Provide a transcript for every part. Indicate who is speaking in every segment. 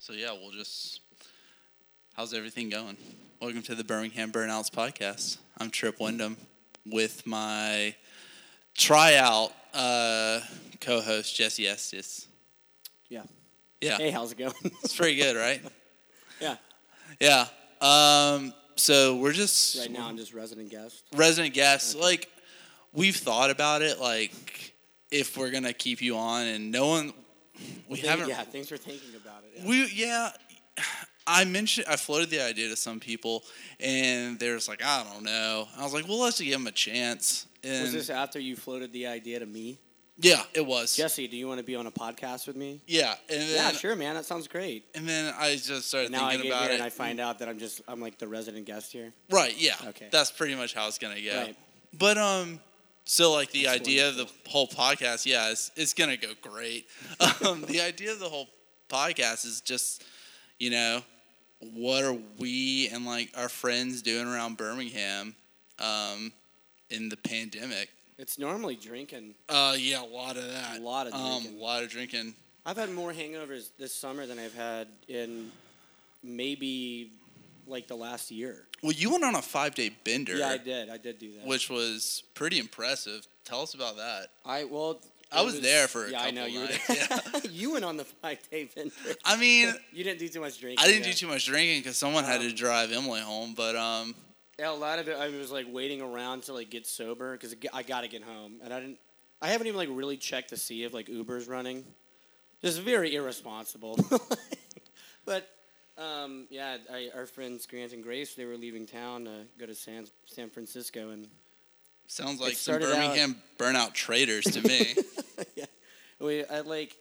Speaker 1: So yeah, we'll just. How's everything going? Welcome to the Birmingham Burnouts podcast. I'm Trip Wyndham with my tryout uh, co-host Jesse Estes.
Speaker 2: Yeah.
Speaker 1: Yeah,
Speaker 2: Hey, how's it going?
Speaker 1: it's pretty good, right?
Speaker 2: yeah.
Speaker 1: yeah. Um, so we're just
Speaker 2: Right now, I'm just resident guest.
Speaker 1: resident guests like we've thought about it like if we're gonna keep you on and no one we
Speaker 2: Think-
Speaker 1: haven't
Speaker 2: yeah, thanks for thinking about it. Yeah.
Speaker 1: we yeah i mentioned i floated the idea to some people and they're just like i don't know i was like well let's give them a chance and
Speaker 2: Was this after you floated the idea to me?
Speaker 1: yeah it was
Speaker 2: Jesse, do you want to be on a podcast with me?
Speaker 1: yeah and then
Speaker 2: Yeah, sure, man. That sounds great.
Speaker 1: and then i just started
Speaker 2: And now I get
Speaker 1: thinking
Speaker 2: here
Speaker 1: about it
Speaker 2: and I find out that I'm just I'm like the resident guest here.
Speaker 1: Right. Yeah.
Speaker 2: Okay.
Speaker 1: That's pretty much how it's gonna go.
Speaker 2: Right.
Speaker 1: But um, so like the
Speaker 2: That's
Speaker 1: idea of the whole podcast, yeah, it's, it's gonna go great. um, the idea of the whole podcast is just, you know, what are we and like our friends doing around Birmingham, um, in the pandemic?
Speaker 2: It's normally drinking.
Speaker 1: Uh, yeah, a lot of that.
Speaker 2: A lot of
Speaker 1: Um,
Speaker 2: drinking.
Speaker 1: a lot of drinking.
Speaker 2: I've had more hangovers this summer than I've had in maybe like the last year.
Speaker 1: Well, you went on a five day bender,
Speaker 2: Yeah, I did. I did do that.
Speaker 1: which was pretty impressive. Tell us about that.
Speaker 2: I well,
Speaker 1: I
Speaker 2: it
Speaker 1: was there for a
Speaker 2: yeah, I know
Speaker 1: couple
Speaker 2: you were.
Speaker 1: nights,
Speaker 2: there. you went on the five day bender.
Speaker 1: I mean.
Speaker 2: You didn't do too much drinking.
Speaker 1: I didn't
Speaker 2: yeah.
Speaker 1: do too much drinking because someone had to
Speaker 2: Um,
Speaker 1: drive Emily home. But um,
Speaker 2: Yeah, a lot of it. I was like waiting around to like get sober because I got to get home, and I didn't. I haven't even like really checked to see if like Uber's running. Just very irresponsible. but um, yeah, I, our friends Grant and Grace they were leaving town to go to San San Francisco, and
Speaker 1: sounds like some
Speaker 2: started out-
Speaker 1: Birmingham burnout traders to me.
Speaker 2: yeah, we I like.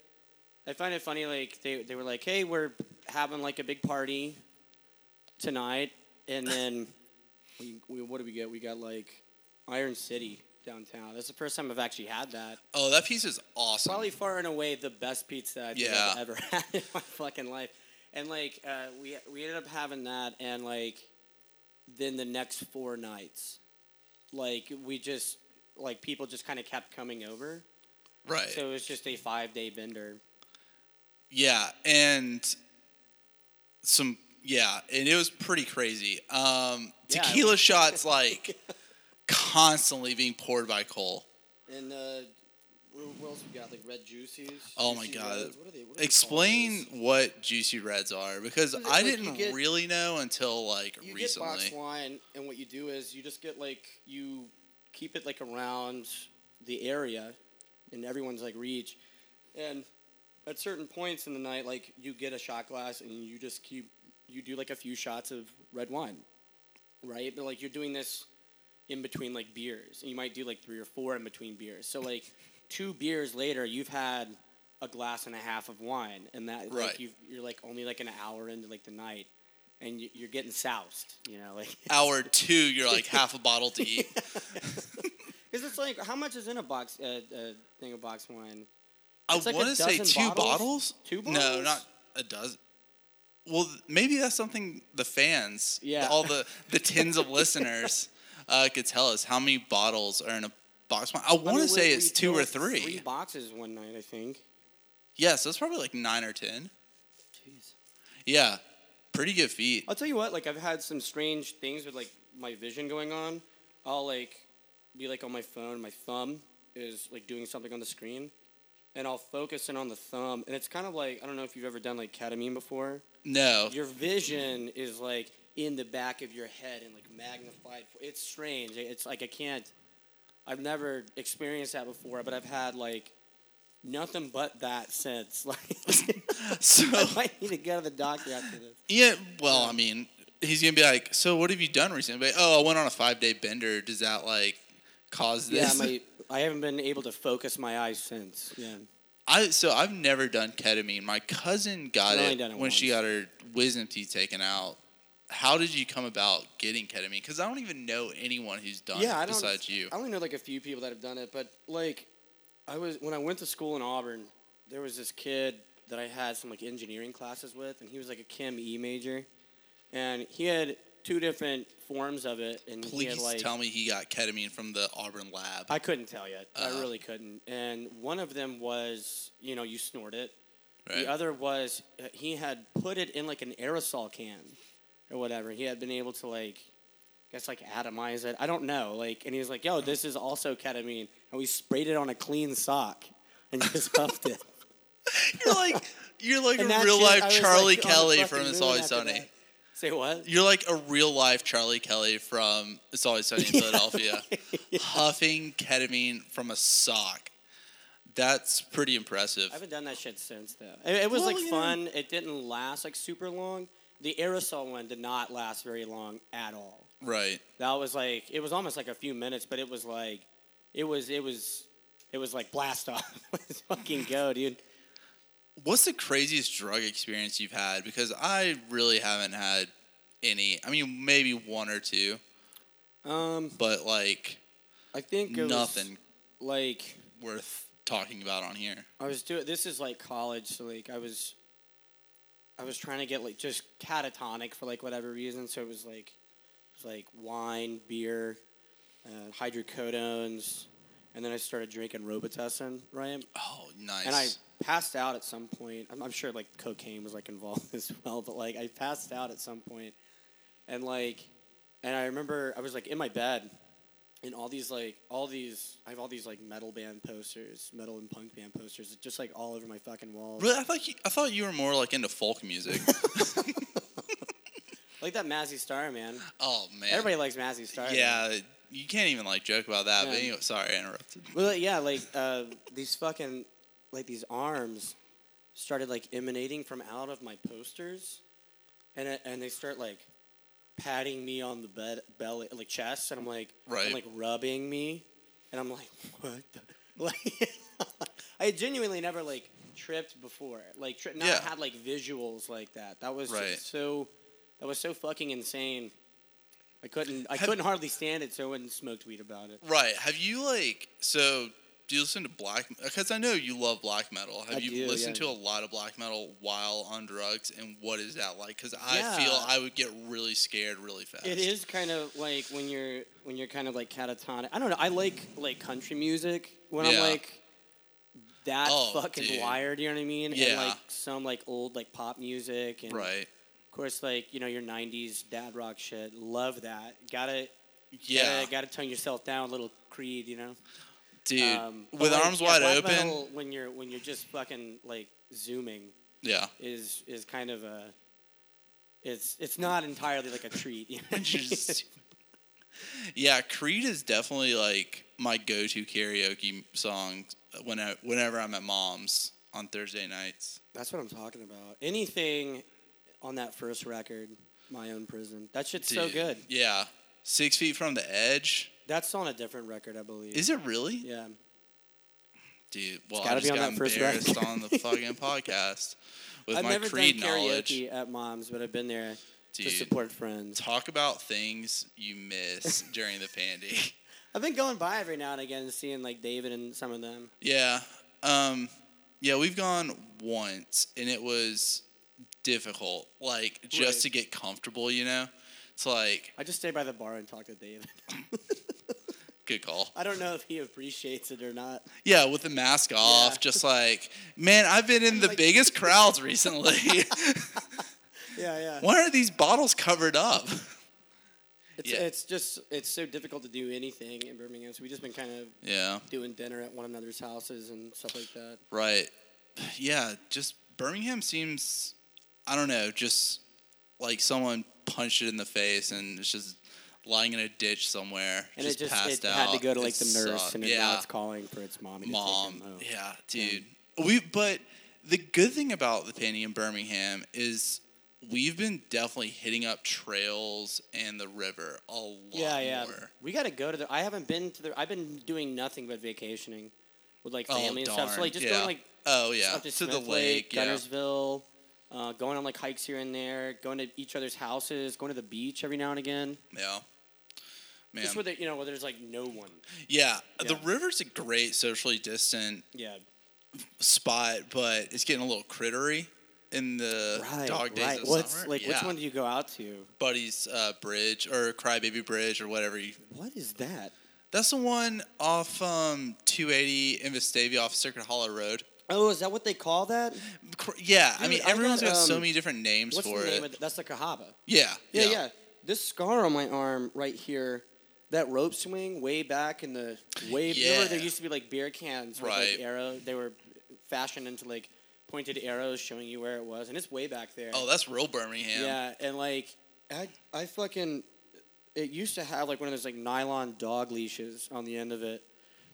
Speaker 2: I find it funny. Like they they were like, hey, we're having like a big party tonight, and then we, we what did we get? We got like Iron City downtown. That's the first time I've actually had that.
Speaker 1: oh, that piece is awesome.
Speaker 2: Probably far and away the best pizza I think
Speaker 1: Yeah.
Speaker 2: I've ever had in my fucking life. And like uh, we we ended up having that, and like then the next four nights, like we just like people just kind of kept coming over.
Speaker 1: right.
Speaker 2: So it was just a five day bender.
Speaker 1: yeah, and some yeah, and it was pretty crazy. Um,
Speaker 2: Yeah, it
Speaker 1: tequila
Speaker 2: was.
Speaker 1: shots like constantly being poured by Cole.
Speaker 2: And uh, what- what else we got? Like red juices.
Speaker 1: Oh my
Speaker 2: juicy
Speaker 1: God.
Speaker 2: reds? What are they- what are they
Speaker 1: Explain
Speaker 2: called?
Speaker 1: what juicy reds are because
Speaker 2: Like,
Speaker 1: I
Speaker 2: you
Speaker 1: didn't
Speaker 2: get-
Speaker 1: really know until like
Speaker 2: You get box
Speaker 1: recently.
Speaker 2: wine, and what you do is you just get like you keep it like around the area, in everyone's like reach, and at certain points in the night, like you get a shot glass and you just keep you do like a few shots of red wine, right? But like you're doing this in between like beers, and you might do like three or four in between beers. So like two beers later, you've had a glass and a half of wine, and that
Speaker 1: Right.
Speaker 2: like you you're like only like an hour into like the night, and you, you're getting soused, you know, like
Speaker 1: Hour two, you're like half a bottle to eat.
Speaker 2: because it's like how much is in a box uh, uh, thing of box wine?
Speaker 1: I
Speaker 2: It's like a
Speaker 1: want to say
Speaker 2: dozen
Speaker 1: two bottles?
Speaker 2: bottles? Two
Speaker 1: No,
Speaker 2: bottles?
Speaker 1: not a dozen. Well, th- maybe that's something the fans,
Speaker 2: Yeah.
Speaker 1: all the the tens of listeners, uh, could tell us how many bottles are in a box wine. I
Speaker 2: I
Speaker 1: want to
Speaker 2: mean,
Speaker 1: say
Speaker 2: we-
Speaker 1: it's
Speaker 2: we
Speaker 1: two or
Speaker 2: killed
Speaker 1: three.
Speaker 2: Three boxes one night, I think.
Speaker 1: Yeah, so it's probably like nine or ten.
Speaker 2: Jeez.
Speaker 1: Yeah, pretty good feat.
Speaker 2: I'll tell you what, like I've had some strange things with like my vision going on. I'll like be like on my phone, my thumb is like doing something on the screen, and I'll focus in on the thumb, and it's kind of like I don't know if you've ever done like ketamine before.
Speaker 1: No,
Speaker 2: Your vision is like in the back of your head and like magnified. It's strange. It's like I can't. I've never experienced that before, but I've had like nothing but that since. Like I
Speaker 1: so
Speaker 2: might need to go to the doctor after this.
Speaker 1: yeah. Well, I mean, he's gonna be like, so what have you done recently? Oh, I went on a five day bender. Does that like cause
Speaker 2: Yeah,
Speaker 1: this?
Speaker 2: my I haven't been able to focus my eyes since. Yeah,
Speaker 1: I so I've never done ketamine. My cousin got
Speaker 2: I've only
Speaker 1: it,
Speaker 2: done it
Speaker 1: when she
Speaker 2: once.
Speaker 1: got her wisdom teeth taken out. How did you come about getting ketamine? Because I don't even know anyone who's done
Speaker 2: yeah. I
Speaker 1: it
Speaker 2: don't.
Speaker 1: besides you.
Speaker 2: I only know like a few people that have done it, but like, I was when I went to school in Auburn, there was this kid that I had some like engineering classes with, and he was like a chem E major, and he had two different forms of it, and he
Speaker 1: Please
Speaker 2: had like
Speaker 1: tell me he got ketamine from the Auburn lab.
Speaker 2: I couldn't tell yet.
Speaker 1: Uh-huh.
Speaker 2: I really couldn't. And one of them was, you know, you snort it,
Speaker 1: Right.
Speaker 2: The other was uh, he had put it in like an aerosol can or whatever. He had been able to like, I guess like atomize it. I don't know. Like, and he was like, "Yo, this is also ketamine," and we sprayed it on a clean sock and just puffed it.
Speaker 1: You're like you're like
Speaker 2: And
Speaker 1: a
Speaker 2: that
Speaker 1: real
Speaker 2: shit, I
Speaker 1: life
Speaker 2: was,
Speaker 1: Charlie
Speaker 2: like, on the
Speaker 1: Kelly
Speaker 2: fucking
Speaker 1: from It's
Speaker 2: moon
Speaker 1: Always
Speaker 2: after
Speaker 1: Sunny.
Speaker 2: that. Say what?
Speaker 1: You're like a real life Charlie Kelly from It's Always Sunny in Philadelphia, huffing ketamine from a sock. That's pretty impressive.
Speaker 2: I haven't done that shit since though. It, it was
Speaker 1: Well,
Speaker 2: like
Speaker 1: you know.
Speaker 2: fun. It didn't last like super long. The aerosol one did not last very long at all.
Speaker 1: Right.
Speaker 2: That was like it was almost like a few minutes, but it was like it was it was it was like blast off. Let's fucking go, dude.
Speaker 1: What's the craziest drug experience you've had? Because I really haven't had any. I mean, maybe one or two,
Speaker 2: Um,
Speaker 1: but like
Speaker 2: I think it was,
Speaker 1: nothing
Speaker 2: Like
Speaker 1: worth talking about on here.
Speaker 2: I was doing this is like college, so like I was I was trying to get like just catatonic for like whatever reason, so it was like it was like wine, beer, uh, hydrocodones, and then I started drinking Robitussin, right?
Speaker 1: Oh, nice.
Speaker 2: And I passed out at some point. I'm, I'm sure like cocaine was like involved as well, but like I passed out at some point, and like, and I remember I was like in my bed, and all these like all these I have all these like metal band posters, metal and punk band posters, just like all over my fucking walls.
Speaker 1: really, I thought you, I thought you were more like into folk music.
Speaker 2: Like that Mazzy Star man.
Speaker 1: oh man.
Speaker 2: Everybody likes Mazzy Star. man.
Speaker 1: Yeah, you can't even like joke about that. But
Speaker 2: Yeah.
Speaker 1: anyway, sorry, I interrupted.
Speaker 2: Well, like, yeah, like uh, these fucking like these arms started like emanating from out of my posters, and I- and they start like patting me on the bed belly like chest, and I'm like,
Speaker 1: Right.
Speaker 2: I'm like rubbing me, and I'm like, what? The? Like, I had genuinely never like tripped before, like tri- not
Speaker 1: Yeah.
Speaker 2: had like visuals like that. That was
Speaker 1: Right.
Speaker 2: just so that was so fucking insane. I couldn't I
Speaker 1: Have-
Speaker 2: couldn't hardly stand it, so I went and smoked weed about it.
Speaker 1: Right. Have you like so? Do you listen to black? Because I know you love black metal. Have
Speaker 2: I
Speaker 1: you
Speaker 2: do,
Speaker 1: listened
Speaker 2: yeah.
Speaker 1: to a lot of black metal while on drugs? And what is that like? Because I
Speaker 2: Yeah.
Speaker 1: feel I would get really scared really fast.
Speaker 2: It is kind of like when you're when you're kind of like catatonic. I don't know. I like like country music when
Speaker 1: Yeah.
Speaker 2: I'm like that
Speaker 1: Oh,
Speaker 2: fucking
Speaker 1: dude.
Speaker 2: wired. You know what I mean? And
Speaker 1: Yeah.
Speaker 2: like some like old like pop music and
Speaker 1: Right.
Speaker 2: of course like you know your '90s dad rock shit. Love that. Gotta
Speaker 1: Yeah,
Speaker 2: Gotta, gotta tone yourself down. A little Creed, you know. Um,
Speaker 1: dude.
Speaker 2: but,
Speaker 1: with
Speaker 2: like,
Speaker 1: arms
Speaker 2: at
Speaker 1: wide
Speaker 2: black
Speaker 1: open.
Speaker 2: metal, when you're when you're just fucking like zooming
Speaker 1: yeah.
Speaker 2: is is kind of a. It's it's not entirely like a treat. you know what I mean?
Speaker 1: Just- yeah, Creed is definitely like my go-to karaoke song when I, whenever I'm at mom's on Thursday nights.
Speaker 2: That's what I'm talking about. Anything on that first record, My Own Prison. That shit's so
Speaker 1: Dude,
Speaker 2: good.
Speaker 1: Yeah, Six Feet from the Edge.
Speaker 2: That's on a different record, I believe.
Speaker 1: Is it really?
Speaker 2: yeah.
Speaker 1: Dude, well, I
Speaker 2: gotta
Speaker 1: just
Speaker 2: be on
Speaker 1: got
Speaker 2: that first
Speaker 1: embarrassed
Speaker 2: record.
Speaker 1: on the fucking podcast with
Speaker 2: I've
Speaker 1: my
Speaker 2: never
Speaker 1: Creed
Speaker 2: done
Speaker 1: knowledge.
Speaker 2: karaoke at mom's, but I've been there
Speaker 1: Dude,
Speaker 2: to support friends.
Speaker 1: talk about things you miss during the pandy.
Speaker 2: I've been going by every now and again and seeing like David and some of them.
Speaker 1: Yeah, um, yeah, we've gone once, and it was difficult, like just
Speaker 2: Right.
Speaker 1: to get comfortable. You know, it's like
Speaker 2: I just stay by the bar and talk to David.
Speaker 1: good call.
Speaker 2: I don't know if he appreciates it or not.
Speaker 1: Yeah, with the mask off,
Speaker 2: Yeah.
Speaker 1: just like man, I've been in the
Speaker 2: Like-
Speaker 1: biggest crowds recently.
Speaker 2: Yeah, yeah.
Speaker 1: Why are these bottles covered up?
Speaker 2: It's,
Speaker 1: yeah.
Speaker 2: it's just it's so difficult to do anything in Birmingham. So we just been kind of
Speaker 1: Yeah.
Speaker 2: doing dinner at one another's houses and stuff like that.
Speaker 1: Right. Yeah, just Birmingham seems I don't know, just like someone punched it in the face and it's just lying in a ditch somewhere.
Speaker 2: And
Speaker 1: just
Speaker 2: it
Speaker 1: passed
Speaker 2: just it
Speaker 1: out.
Speaker 2: had to go to
Speaker 1: It
Speaker 2: like the nurse,
Speaker 1: sucked.
Speaker 2: and it, now
Speaker 1: yeah.
Speaker 2: it's calling for its mommy to
Speaker 1: Mom.
Speaker 2: take him home.
Speaker 1: Yeah, dude. We but the good thing about the penny in Birmingham is we've been definitely hitting up trails and the river a lot
Speaker 2: Yeah, yeah.
Speaker 1: more.
Speaker 2: We got to go to the. I haven't been to the. I've been doing nothing but vacationing with like
Speaker 1: Oh,
Speaker 2: family and stuff.
Speaker 1: darn,
Speaker 2: So like just
Speaker 1: yeah.
Speaker 2: going like
Speaker 1: oh yeah
Speaker 2: up to,
Speaker 1: to
Speaker 2: Smith
Speaker 1: the lake, yeah.
Speaker 2: Gunnersville, uh, going on like hikes here and there, going to each other's houses, going to the beach every now and again.
Speaker 1: Yeah. Man.
Speaker 2: Just where there, you know where there's like no one.
Speaker 1: Yeah, the
Speaker 2: Yeah.
Speaker 1: river's a great socially distant
Speaker 2: Yeah.
Speaker 1: spot, but it's getting a little crittery in the
Speaker 2: Right.
Speaker 1: dog days
Speaker 2: right.
Speaker 1: of
Speaker 2: What's
Speaker 1: summer.
Speaker 2: like?
Speaker 1: yeah.
Speaker 2: Which one do you go out to?
Speaker 1: Buddy's uh, Bridge or Crybaby Bridge or whatever. You,
Speaker 2: What is that?
Speaker 1: that's the one off um, 280 in Vestavia off Circuit Hollow Road.
Speaker 2: Oh, is that what they call that?
Speaker 1: Cr- Yeah, I
Speaker 2: Dude,
Speaker 1: mean
Speaker 2: I
Speaker 1: everyone's
Speaker 2: got,
Speaker 1: got so
Speaker 2: um,
Speaker 1: many different names
Speaker 2: What's
Speaker 1: for
Speaker 2: the name
Speaker 1: it.
Speaker 2: of th- that's the Cahaba?
Speaker 1: yeah,
Speaker 2: Yeah, yeah, This scar on my arm right here, that rope swing way back in the way. Remember there
Speaker 1: Yeah.
Speaker 2: used to be like beer cans with
Speaker 1: Right.
Speaker 2: like arrow. They were fashioned into like pointed arrows showing you where it was, and it's way back there.
Speaker 1: Oh, that's real Birmingham.
Speaker 2: yeah, and like I, I fucking, it used to have like one of those like nylon dog leashes on the end of it,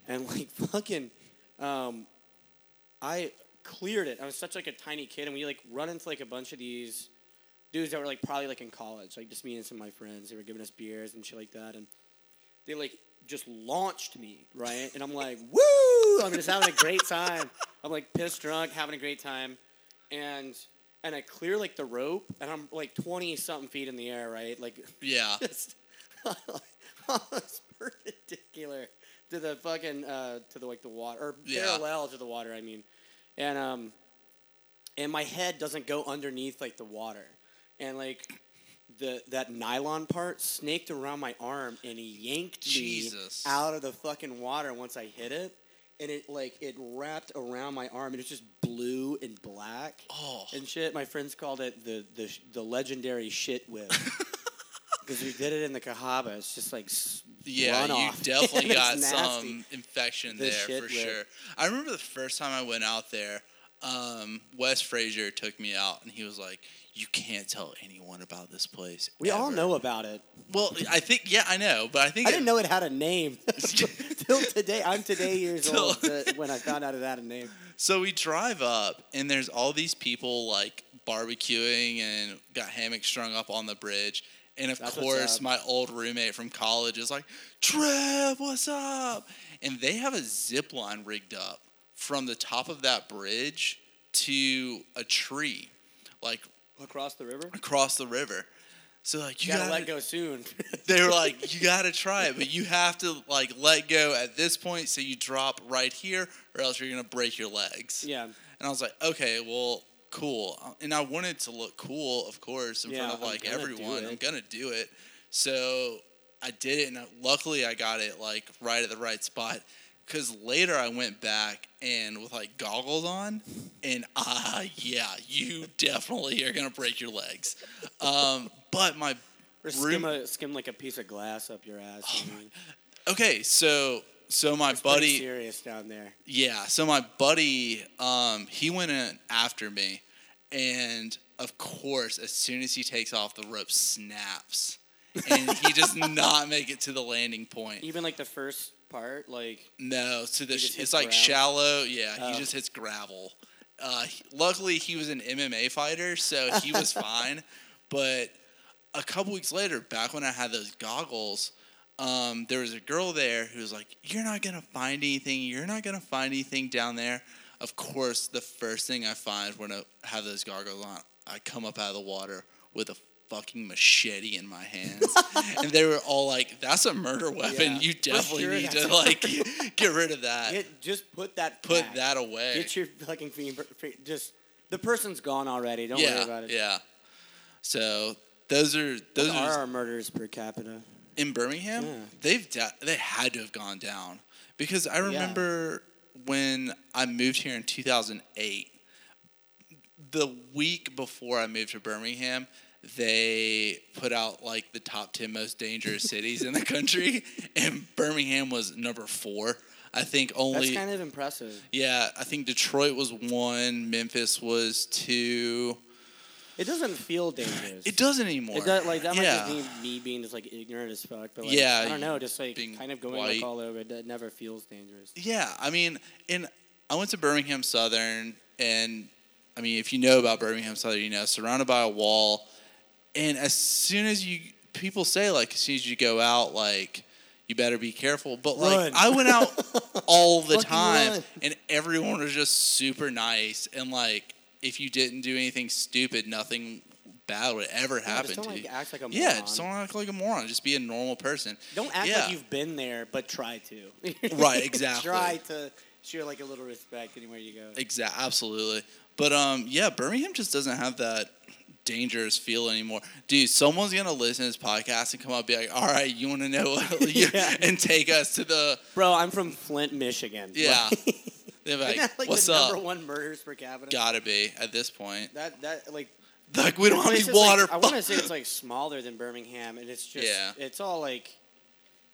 Speaker 2: and like fucking, um, I cleared it. I was such like a tiny kid, and we like run into like a bunch of these dudes that were like probably like in college, like just me and some of my friends. They were giving us beers and shit like that, and they like just launched me right, and I'm like, woo! I'm just having a great time. I'm like pissed drunk, having a great time, and and I clear like the rope, and I'm like twenty something feet in the air, right? Like
Speaker 1: yeah.
Speaker 2: just almost perpendicular to the fucking uh, to the like the water or
Speaker 1: Yeah.
Speaker 2: parallel to the water. I mean, and um, and my head doesn't go underneath like the water, and like the that nylon part snaked around my arm and he yanked
Speaker 1: Jesus.
Speaker 2: me out of the fucking water once I hit it. And it like it wrapped around my arm, and it's just blue and black
Speaker 1: Oh.
Speaker 2: and shit. My friends called it the the sh- the legendary shit whip because we did it in the Cahaba. It's just like s-
Speaker 1: Yeah,
Speaker 2: run
Speaker 1: you
Speaker 2: off.
Speaker 1: definitely
Speaker 2: It's
Speaker 1: got
Speaker 2: nasty.
Speaker 1: some infection
Speaker 2: The
Speaker 1: there
Speaker 2: shit
Speaker 1: for
Speaker 2: with-
Speaker 1: sure. I remember the first time I went out there, um, Wes Frazier took me out and he was like, "You can't tell anyone about this place."
Speaker 2: We all
Speaker 1: ever."
Speaker 2: know about it.
Speaker 1: Well, I think yeah, I know, but I think
Speaker 2: I
Speaker 1: it-
Speaker 2: didn't know it had a name till today. I'm today years
Speaker 1: Till-
Speaker 2: old to, when I found out it had a name.
Speaker 1: So we drive up, and there's all these people like barbecuing and got hammocks strung up on the bridge. And of
Speaker 2: That's what's
Speaker 1: course,
Speaker 2: up.
Speaker 1: my old roommate from college is like, Trev, what's up? And they have a zip line rigged up from the top of that bridge to a tree, like
Speaker 2: Across the river.
Speaker 1: across the river. So like you
Speaker 2: gotta
Speaker 1: gotta
Speaker 2: let go soon.
Speaker 1: they were like, you got to try it, but you have to like let go at this point. So you drop right here, or else you're gonna break your legs.
Speaker 2: Yeah.
Speaker 1: And I was like, okay, well, cool. And I wanted to look cool, of course, in
Speaker 2: Yeah,
Speaker 1: front of
Speaker 2: I'm
Speaker 1: like
Speaker 2: gonna do
Speaker 1: everyone. I'm
Speaker 2: it.
Speaker 1: gonna do it. So I did it, and I- luckily I got it like right at the right spot. Cause later I went back and with like goggles on, and ah, yeah, you definitely are gonna break your legs. Um, but my
Speaker 2: or
Speaker 1: room-
Speaker 2: skim, a, skim like a piece of glass up your ass. I mean.
Speaker 1: Okay, so so my
Speaker 2: Pretty
Speaker 1: buddy,
Speaker 2: serious down there.
Speaker 1: yeah, so my buddy, um, he went in after me, and of course, as soon as he takes off, the rope snaps, and he does not make it to the landing point.
Speaker 2: Even like the first part, like
Speaker 1: No, to the
Speaker 2: He just
Speaker 1: sh-
Speaker 2: hits
Speaker 1: it's like
Speaker 2: gravel?
Speaker 1: shallow. Yeah,
Speaker 2: Oh.
Speaker 1: he just hits gravel. Uh, he- luckily, he was an MMA fighter, so he was fine. But a couple weeks later, back when I had those goggles, um, there was a girl there who was like, "You're not gonna find anything. You're not gonna find anything down there." Of course, the first thing I find when I have those goggles on, I come up out of the water with a fucking machete in my hands, and they were all like, "That's a murder weapon.
Speaker 2: Yeah.
Speaker 1: You
Speaker 2: For
Speaker 1: definitely
Speaker 2: sure
Speaker 1: need
Speaker 2: that's
Speaker 1: to
Speaker 2: a
Speaker 1: like get rid of that.
Speaker 2: Get, just put that
Speaker 1: put
Speaker 2: back.
Speaker 1: that away.
Speaker 2: Get your fucking finger. fi- Just the person's gone already. Don't
Speaker 1: yeah,
Speaker 2: worry about it.
Speaker 1: yeah. So those are
Speaker 2: What
Speaker 1: those
Speaker 2: are
Speaker 1: are
Speaker 2: our murders per capita?
Speaker 1: in Birmingham.
Speaker 2: Yeah.
Speaker 1: They've da- they had to have gone down because I remember when I moved here in 2008. The week before I moved to Birmingham, they put out like the top 10 most dangerous cities in the country, and Birmingham was number four. I think
Speaker 2: That's
Speaker 1: only
Speaker 2: kind of impressive.
Speaker 1: Yeah, I think Detroit was one, Memphis was two.
Speaker 2: It doesn't feel dangerous.
Speaker 1: It doesn't anymore.
Speaker 2: It does, like that might
Speaker 1: yeah.
Speaker 2: just mean me being just like ignorant as fuck. But like,
Speaker 1: Yeah,
Speaker 2: I don't know.
Speaker 1: you
Speaker 2: Just like
Speaker 1: being
Speaker 2: kind of going
Speaker 1: white.
Speaker 2: like all over. It that never feels dangerous.
Speaker 1: Yeah, I mean, and I went to Birmingham Southern, and I mean, if you know about Birmingham Southern, you know, surrounded by a wall, and as soon as you people say like, as soon as you go out, like. You better be careful. But like
Speaker 2: Run.
Speaker 1: I went out all the
Speaker 2: Fucking
Speaker 1: time
Speaker 2: run.
Speaker 1: and everyone was just super nice and like if you didn't do anything stupid, nothing bad would ever
Speaker 2: Yeah,
Speaker 1: happen
Speaker 2: just don't
Speaker 1: to
Speaker 2: like
Speaker 1: you.
Speaker 2: act like a
Speaker 1: Yeah,
Speaker 2: moron.
Speaker 1: just don't act like a moron. Just be a normal person.
Speaker 2: Don't act
Speaker 1: Yeah.
Speaker 2: like you've been there, but try to.
Speaker 1: Right, exactly.
Speaker 2: try to show like a little respect anywhere you go.
Speaker 1: Exact, absolutely. But um, yeah, Birmingham just doesn't have that dangerous feel anymore, dude. Someone's gonna listen to this podcast and come up and be like, "All right, you want to know?" What,
Speaker 2: Yeah.
Speaker 1: and take us to the
Speaker 2: Bro, I'm from Flint, Michigan.
Speaker 1: yeah. They're
Speaker 2: Isn't
Speaker 1: like,
Speaker 2: that like
Speaker 1: what's
Speaker 2: the
Speaker 1: up?
Speaker 2: number one murders per capita?
Speaker 1: Gotta be at this point.
Speaker 2: That that like
Speaker 1: Like we don't have
Speaker 2: place
Speaker 1: any
Speaker 2: is, like-
Speaker 1: water.
Speaker 2: I want to say it's like smaller than Birmingham, and it's just
Speaker 1: Yeah.
Speaker 2: it's all like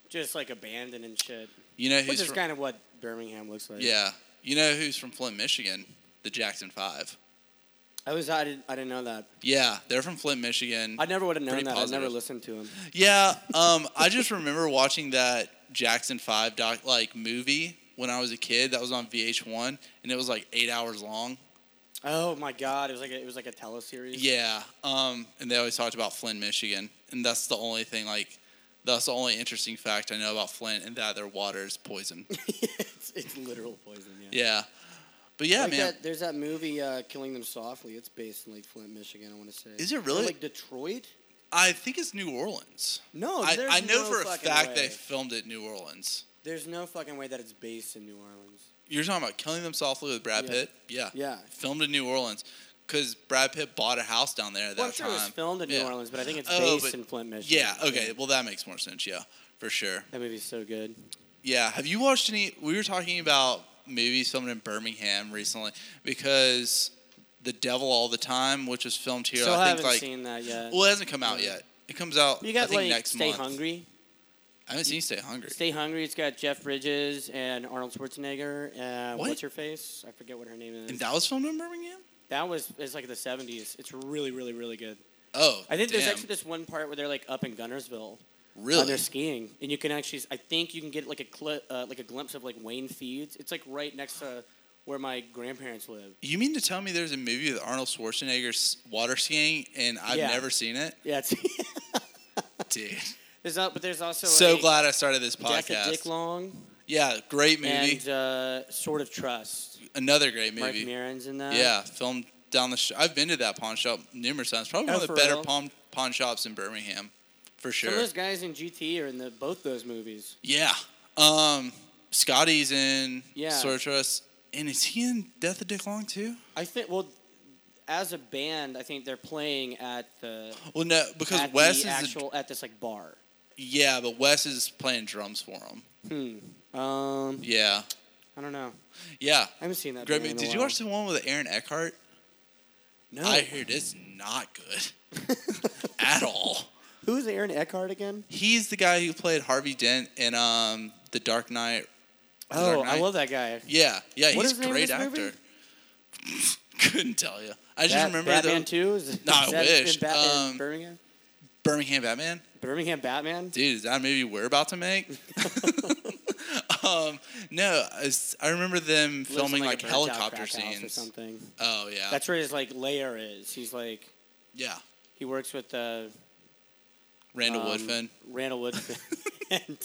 Speaker 2: just like abandoned and shit,
Speaker 1: you know
Speaker 2: which
Speaker 1: who's
Speaker 2: is
Speaker 1: from,
Speaker 2: kind of what Birmingham looks like.
Speaker 1: yeah. You know who's from Flint, Michigan? The Jackson Five.
Speaker 2: I was I didn't I didn't know that.
Speaker 1: Yeah, they're from Flint, Michigan.
Speaker 2: I never would have known
Speaker 1: Pretty
Speaker 2: that. I never
Speaker 1: positive.
Speaker 2: listened to him.
Speaker 1: Yeah, um, I just remember watching that Jackson Five doc like movie when I was a kid. That was on VH1, and it was like eight hours long.
Speaker 2: Oh my god, it was like a, it was like a teleseries.
Speaker 1: Yeah, um, and they always talked about Flint, Michigan, and that's the only thing like that's the only interesting fact I know about Flint, and that their water is poison.
Speaker 2: it's, it's literal poison. Yeah.
Speaker 1: yeah, but yeah,
Speaker 2: Like
Speaker 1: man,
Speaker 2: that- there's that movie, uh, Killing Them Softly. It's based in like Flint, Michigan. I want to say.
Speaker 1: Is it
Speaker 2: Or,
Speaker 1: really?
Speaker 2: like Detroit?
Speaker 1: I think it's New Orleans.
Speaker 2: No,
Speaker 1: I,
Speaker 2: Oh, there's
Speaker 1: I know
Speaker 2: no
Speaker 1: for a
Speaker 2: fucking
Speaker 1: fact
Speaker 2: way.
Speaker 1: they filmed it in New Orleans.
Speaker 2: There's no fucking way that it's based in New Orleans.
Speaker 1: You're talking about killing them softly with Brad
Speaker 2: Yeah.
Speaker 1: Pitt. Yeah.
Speaker 2: Yeah.
Speaker 1: Filmed in New Orleans because Brad Pitt bought a house down there at that
Speaker 2: Well, I'm sure
Speaker 1: time.
Speaker 2: it was filmed in
Speaker 1: Yeah.
Speaker 2: New Orleans, but I think it's
Speaker 1: Oh,
Speaker 2: based
Speaker 1: but-
Speaker 2: in Flint, Michigan.
Speaker 1: Yeah. Okay. Well, that makes more sense. Yeah, for sure.
Speaker 2: That movie's so good.
Speaker 1: Yeah. Have you watched any? We were talking about movies filmed in Birmingham recently because The Devil All the Time, which was filmed here,
Speaker 2: Still
Speaker 1: I think
Speaker 2: haven't
Speaker 1: like
Speaker 2: seen that yet.
Speaker 1: well, it hasn't come out yet. It comes out.
Speaker 2: you got
Speaker 1: I think
Speaker 2: like
Speaker 1: next
Speaker 2: Stay
Speaker 1: month.
Speaker 2: Hungry.
Speaker 1: I haven't seen Stay Hungry.
Speaker 2: Stay Hungry. It's got Jeff Bridges and Arnold Schwarzenegger. And
Speaker 1: What?
Speaker 2: What's her face? I forget what her name is.
Speaker 1: and that was filmed in Birmingham.
Speaker 2: that was it's like the 70s. It's really, really, really good.
Speaker 1: Oh,
Speaker 2: I think there's
Speaker 1: damn.
Speaker 2: actually this one part where they're like up in Gunnersville.
Speaker 1: really.
Speaker 2: Uh, they're skiing, and you can actually. I think you can get like a cli uh, like a glimpse of like Wayne Feeds. It's like right next to where my grandparents live.
Speaker 1: You mean to tell me there's a movie with Arnold Schwarzenegger s- water skiing and I've
Speaker 2: Yeah.
Speaker 1: never seen it?
Speaker 2: Yeah, it's,
Speaker 1: Dude.
Speaker 2: there's not, but there's also
Speaker 1: so
Speaker 2: a
Speaker 1: glad I started this
Speaker 2: Deck of
Speaker 1: podcast.
Speaker 2: Dick Long
Speaker 1: yeah, great movie.
Speaker 2: and uh, Sort of Trust.
Speaker 1: Another great
Speaker 2: Mark
Speaker 1: movie.
Speaker 2: Maron's in that.
Speaker 1: Yeah, filmed down the sh- I've been to that pawn shop numerous times. Probably
Speaker 2: Oh,
Speaker 1: one of the
Speaker 2: for
Speaker 1: better
Speaker 2: real?
Speaker 1: pawn pawn shops in Birmingham. For
Speaker 2: Some
Speaker 1: sure.
Speaker 2: of those guys in GT are in the, both those movies.
Speaker 1: yeah. Um Scotty's in
Speaker 2: Yeah.
Speaker 1: Sword of Trust. And is he in Death of Dick Long too?
Speaker 2: I think. Well, as a band, I think they're playing at the
Speaker 1: Well, no, because
Speaker 2: at
Speaker 1: Wes is
Speaker 2: the
Speaker 1: the-
Speaker 2: actual at this like bar.
Speaker 1: yeah, but Wes is playing drums for him.
Speaker 2: Hmm. Um.
Speaker 1: Yeah,
Speaker 2: I don't know.
Speaker 1: yeah.
Speaker 2: I haven't seen that.
Speaker 1: Great
Speaker 2: band
Speaker 1: movie.
Speaker 2: in a
Speaker 1: Did you
Speaker 2: while.
Speaker 1: watch the one with Aaron Eckhart?
Speaker 2: No.
Speaker 1: I heard it's not good at all.
Speaker 2: Who's Aaron Eckhart again?
Speaker 1: He's the guy who played Harvey Dent in um, The Dark Knight. The
Speaker 2: Oh,
Speaker 1: Dark
Speaker 2: I
Speaker 1: Knight.
Speaker 2: love that guy.
Speaker 1: Yeah, yeah,
Speaker 2: What
Speaker 1: he's
Speaker 2: is
Speaker 1: a
Speaker 2: the name of
Speaker 1: great
Speaker 2: this movie?
Speaker 1: actor. Couldn't tell you. I just
Speaker 2: Bat-
Speaker 1: remember
Speaker 2: Batman
Speaker 1: the
Speaker 2: Two. Is,
Speaker 1: No, I
Speaker 2: is that
Speaker 1: wish.
Speaker 2: In Bat- in
Speaker 1: Um,
Speaker 2: Birmingham.
Speaker 1: Birmingham Batman.
Speaker 2: Birmingham Batman.
Speaker 1: Dude, is that a movie we're about to make? um, no, I, s- I remember them
Speaker 2: Lives in,
Speaker 1: filming
Speaker 2: like,
Speaker 1: like,
Speaker 2: a burnt-out
Speaker 1: helicopter
Speaker 2: crack house or
Speaker 1: scenes.
Speaker 2: something.
Speaker 1: Oh yeah,
Speaker 2: That's where his like lair is. He's like
Speaker 1: yeah.
Speaker 2: he works with uh,
Speaker 1: Randall
Speaker 2: um,
Speaker 1: Woodfin.
Speaker 2: Randall Woodfin. and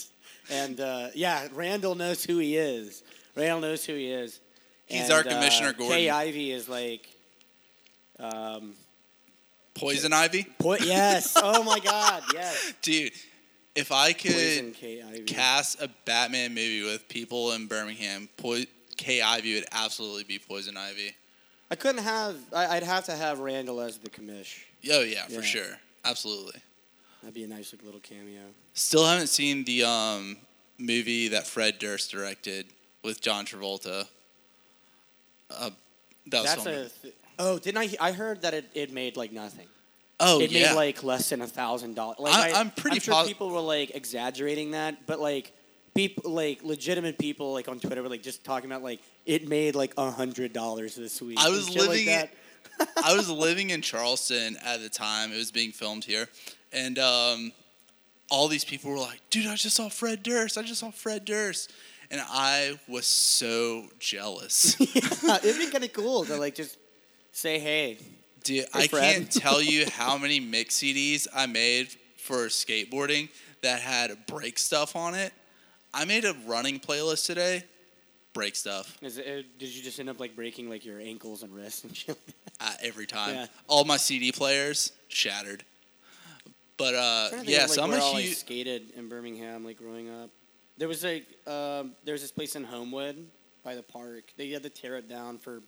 Speaker 2: and uh, yeah, Randall knows who he is. Randall knows who he is.
Speaker 1: He's
Speaker 2: And,
Speaker 1: our
Speaker 2: uh,
Speaker 1: Commissioner
Speaker 2: Kay
Speaker 1: Gordon.
Speaker 2: Ivy is like. Um.
Speaker 1: Poison Ivy,
Speaker 2: Put yes. oh my God. Yes.
Speaker 1: dude. If I could.
Speaker 2: Poison Kay Ivy.
Speaker 1: cast a Batman movie with people in Birmingham, po- K. Ivy would absolutely be Poison Ivy.
Speaker 2: I couldn't have. I, I'd have to have Randall as the commish.
Speaker 1: Oh yeah, for
Speaker 2: Yeah.
Speaker 1: sure, absolutely.
Speaker 2: That'd be a nice like, little cameo.
Speaker 1: Still haven't seen the um, movie that Fred Durst directed with John Travolta. Uh, that was
Speaker 2: That's
Speaker 1: filmed-
Speaker 2: a. Th- oh, didn't I? he- I heard that it, it made like nothing.
Speaker 1: oh
Speaker 2: it
Speaker 1: yeah,
Speaker 2: made like less than a thousand dollars. Like
Speaker 1: I-
Speaker 2: I,
Speaker 1: I'm pretty
Speaker 2: sure
Speaker 1: posi-
Speaker 2: people were like exaggerating that, but like people, like legitimate people, like on Twitter were like just talking about like it made like a hundred dollars this week.
Speaker 1: I
Speaker 2: and
Speaker 1: was
Speaker 2: shit like
Speaker 1: living
Speaker 2: that.
Speaker 1: I was living in Charleston at the time. It was being filmed here, and um, all these people were like, "Dude, I just saw Fred Durst. I just saw Fred Durst," and I was so jealous.
Speaker 2: It'd be kind of cool to like just say hey.
Speaker 1: Dude, I
Speaker 2: Fred.
Speaker 1: can't tell you how many mix CDs I made for skateboarding that had break stuff on it. I made a running playlist today, break stuff
Speaker 2: Is it, uh, did you just end up like breaking like your ankles and wrists and shit? Like that?
Speaker 1: uh, every time.
Speaker 2: Yeah.
Speaker 1: All my CD players shattered. But uh,
Speaker 2: trying to think
Speaker 1: yeah,
Speaker 2: of, like,
Speaker 1: so I'm
Speaker 2: where
Speaker 1: a
Speaker 2: all I
Speaker 1: huge.
Speaker 2: skated in Birmingham, like growing up. There was like um, there was this place in Homewood by the park. They had to tear it down for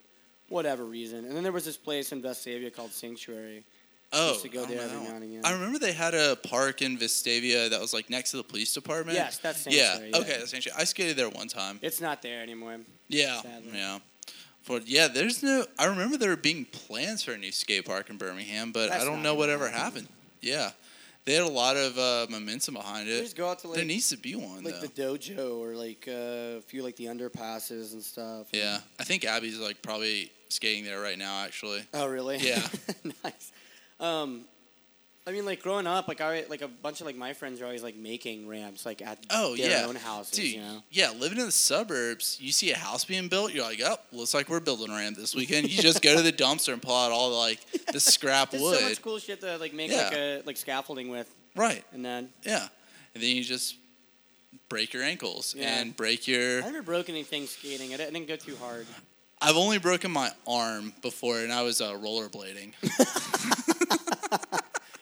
Speaker 2: whatever reason, and then there was this place in Vestavia called Sanctuary,
Speaker 1: Oh,
Speaker 2: to go
Speaker 1: I don't
Speaker 2: there every
Speaker 1: know.
Speaker 2: now and again.
Speaker 1: I remember they had a park in Vestavia that was like next to the police department.
Speaker 2: Yes, that's Saint
Speaker 1: yeah.
Speaker 2: Clair, yeah.
Speaker 1: Okay, that's actually I skated there one time.
Speaker 2: It's not there anymore.
Speaker 1: Yeah,
Speaker 2: sadly.
Speaker 1: yeah. But yeah, there's no. I remember there being plans for a new skate park in Birmingham, but
Speaker 2: That's
Speaker 1: I
Speaker 2: not
Speaker 1: don't know
Speaker 2: gonna
Speaker 1: whatever
Speaker 2: happen.
Speaker 1: happened. Yeah, they had a lot of uh, momentum behind
Speaker 2: You
Speaker 1: it.
Speaker 2: just go out to like,
Speaker 1: there needs to be one
Speaker 2: like
Speaker 1: though.
Speaker 2: the dojo or like uh, a few like the underpasses and stuff.
Speaker 1: yeah, I think Abby's like probably skating there right now. Actually,
Speaker 2: Oh, really?
Speaker 1: Yeah.
Speaker 2: nice. Um, I mean, like growing up, like I like a bunch of like my friends are always like making ramps like at
Speaker 1: Oh,
Speaker 2: their
Speaker 1: yeah.
Speaker 2: own houses.
Speaker 1: dude.
Speaker 2: You know?
Speaker 1: Yeah, living in the suburbs, you see a house being built, you're like, oh, looks like we're building a ramp this weekend. You just go to the dumpster and pull out all the, like the scrap
Speaker 2: There's
Speaker 1: wood,
Speaker 2: so much cool shit to like make like a like scaffolding with,
Speaker 1: right?
Speaker 2: and then
Speaker 1: Yeah, and then you just break your ankles
Speaker 2: Yeah.
Speaker 1: and break your.
Speaker 2: I never broke anything skating. I didn't I didn't go too hard.
Speaker 1: I've only broken my arm before, and I was uh, rollerblading.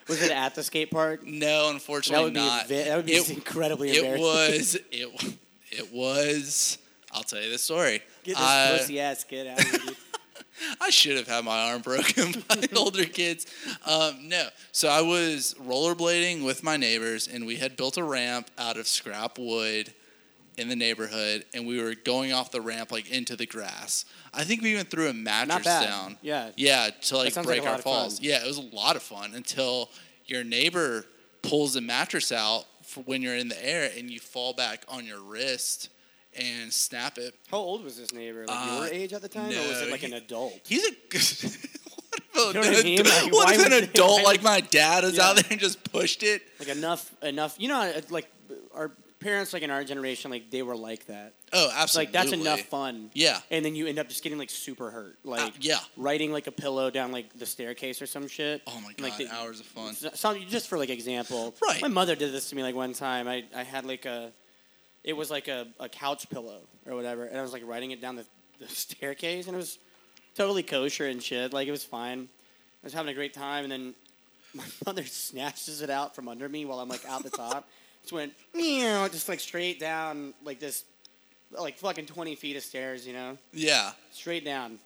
Speaker 2: Was it at the skate park?
Speaker 1: No,
Speaker 2: That
Speaker 1: unfortunately
Speaker 2: would be
Speaker 1: not.
Speaker 2: ve- that would be
Speaker 1: it,
Speaker 2: incredibly
Speaker 1: it
Speaker 2: embarrassing.
Speaker 1: was it it was. I'll tell you the story.
Speaker 2: Get this
Speaker 1: I-
Speaker 2: pussy ass kid out of here. dude.
Speaker 1: I should have had my arm broken by older kids. Um, no, so I was rollerblading with my neighbors, and we had built a ramp out of scrap wood in the neighborhood, and we were going off the ramp like into the grass. I think we even threw a mattress
Speaker 2: bad.
Speaker 1: down.
Speaker 2: Yeah.
Speaker 1: yeah, to like
Speaker 2: sounds like
Speaker 1: break
Speaker 2: a lot
Speaker 1: our
Speaker 2: of fun.
Speaker 1: falls. Yeah, it was a lot of fun until your neighbor pulls the mattress out for when you're in the air and you fall back on your wrist and snap it.
Speaker 2: How old was this neighbor? Like
Speaker 1: Uh,
Speaker 2: your age at the time, or was
Speaker 1: no,
Speaker 2: it like
Speaker 1: he-
Speaker 2: an adult?
Speaker 1: He's a good. What,
Speaker 2: You
Speaker 1: if
Speaker 2: know what I
Speaker 1: an
Speaker 2: mean? Like,
Speaker 1: ad- what
Speaker 2: why
Speaker 1: if an
Speaker 2: would they-
Speaker 1: adult
Speaker 2: why
Speaker 1: like
Speaker 2: would-
Speaker 1: my dad is out
Speaker 2: Yeah.
Speaker 1: there and just pushed it?
Speaker 2: Like enough, enough. You know, uh, like our parents, like in our generation, like they were like that.
Speaker 1: Oh, absolutely.
Speaker 2: Like that's enough fun.
Speaker 1: Yeah. Uh,
Speaker 2: And then you end up just getting like super hurt, like
Speaker 1: yeah.
Speaker 2: riding like a pillow down like the staircase or some shit.
Speaker 1: Oh my god,
Speaker 2: like the-
Speaker 1: hours of fun.
Speaker 2: So- Some, just for like example,
Speaker 1: Right.
Speaker 2: My mother did this to me like one time. I, I had like a, it was like a, a couch pillow or whatever, and I was like riding it down the, the staircase, and it was totally kosher and shit. Like it was fine. I was having a great time, and then my mother snatches it out from under me while I'm like out the top. Just went meow, just like straight down like this, like fucking twenty feet of stairs, you know,
Speaker 1: Yeah.
Speaker 2: straight down.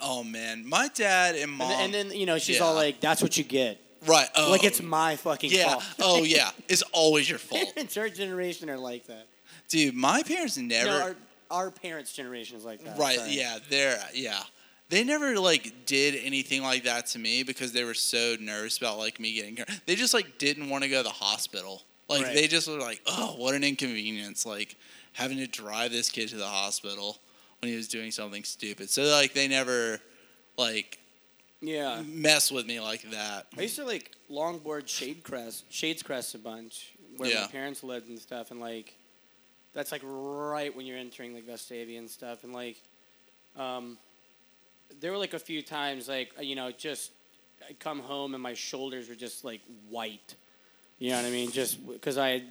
Speaker 1: Oh man, my dad and mom.
Speaker 2: And, th- and then you know she's all
Speaker 1: yeah.
Speaker 2: like, "That's what you get."
Speaker 1: right. Oh,
Speaker 2: Like it's my fucking
Speaker 1: yeah.
Speaker 2: fault.
Speaker 1: oh yeah. It's always your fault,
Speaker 2: Parents our generation are like that.
Speaker 1: dude. My parents never.
Speaker 2: No, our, our parents' generation is like that.
Speaker 1: right.
Speaker 2: sorry.
Speaker 1: Yeah. They're yeah. They never like did anything like that to me because they were so nervous about like me getting hurt. They just like didn't want to go to the hospital. Like
Speaker 2: Right.
Speaker 1: they just were like, oh, what an inconvenience! Like having to drive this kid to the hospital when he was doing something stupid. So like they never like
Speaker 2: Yeah.
Speaker 1: mess with me like that.
Speaker 2: I used to like longboard shade crest, shades crest a bunch where
Speaker 1: Yeah.
Speaker 2: my parents lived and stuff, and like that's like right when you're entering like Vestavia and stuff, and like um, there were like a few times like uh, you know just I'd come home and my shoulders were just like white, you know what I mean? Just because I had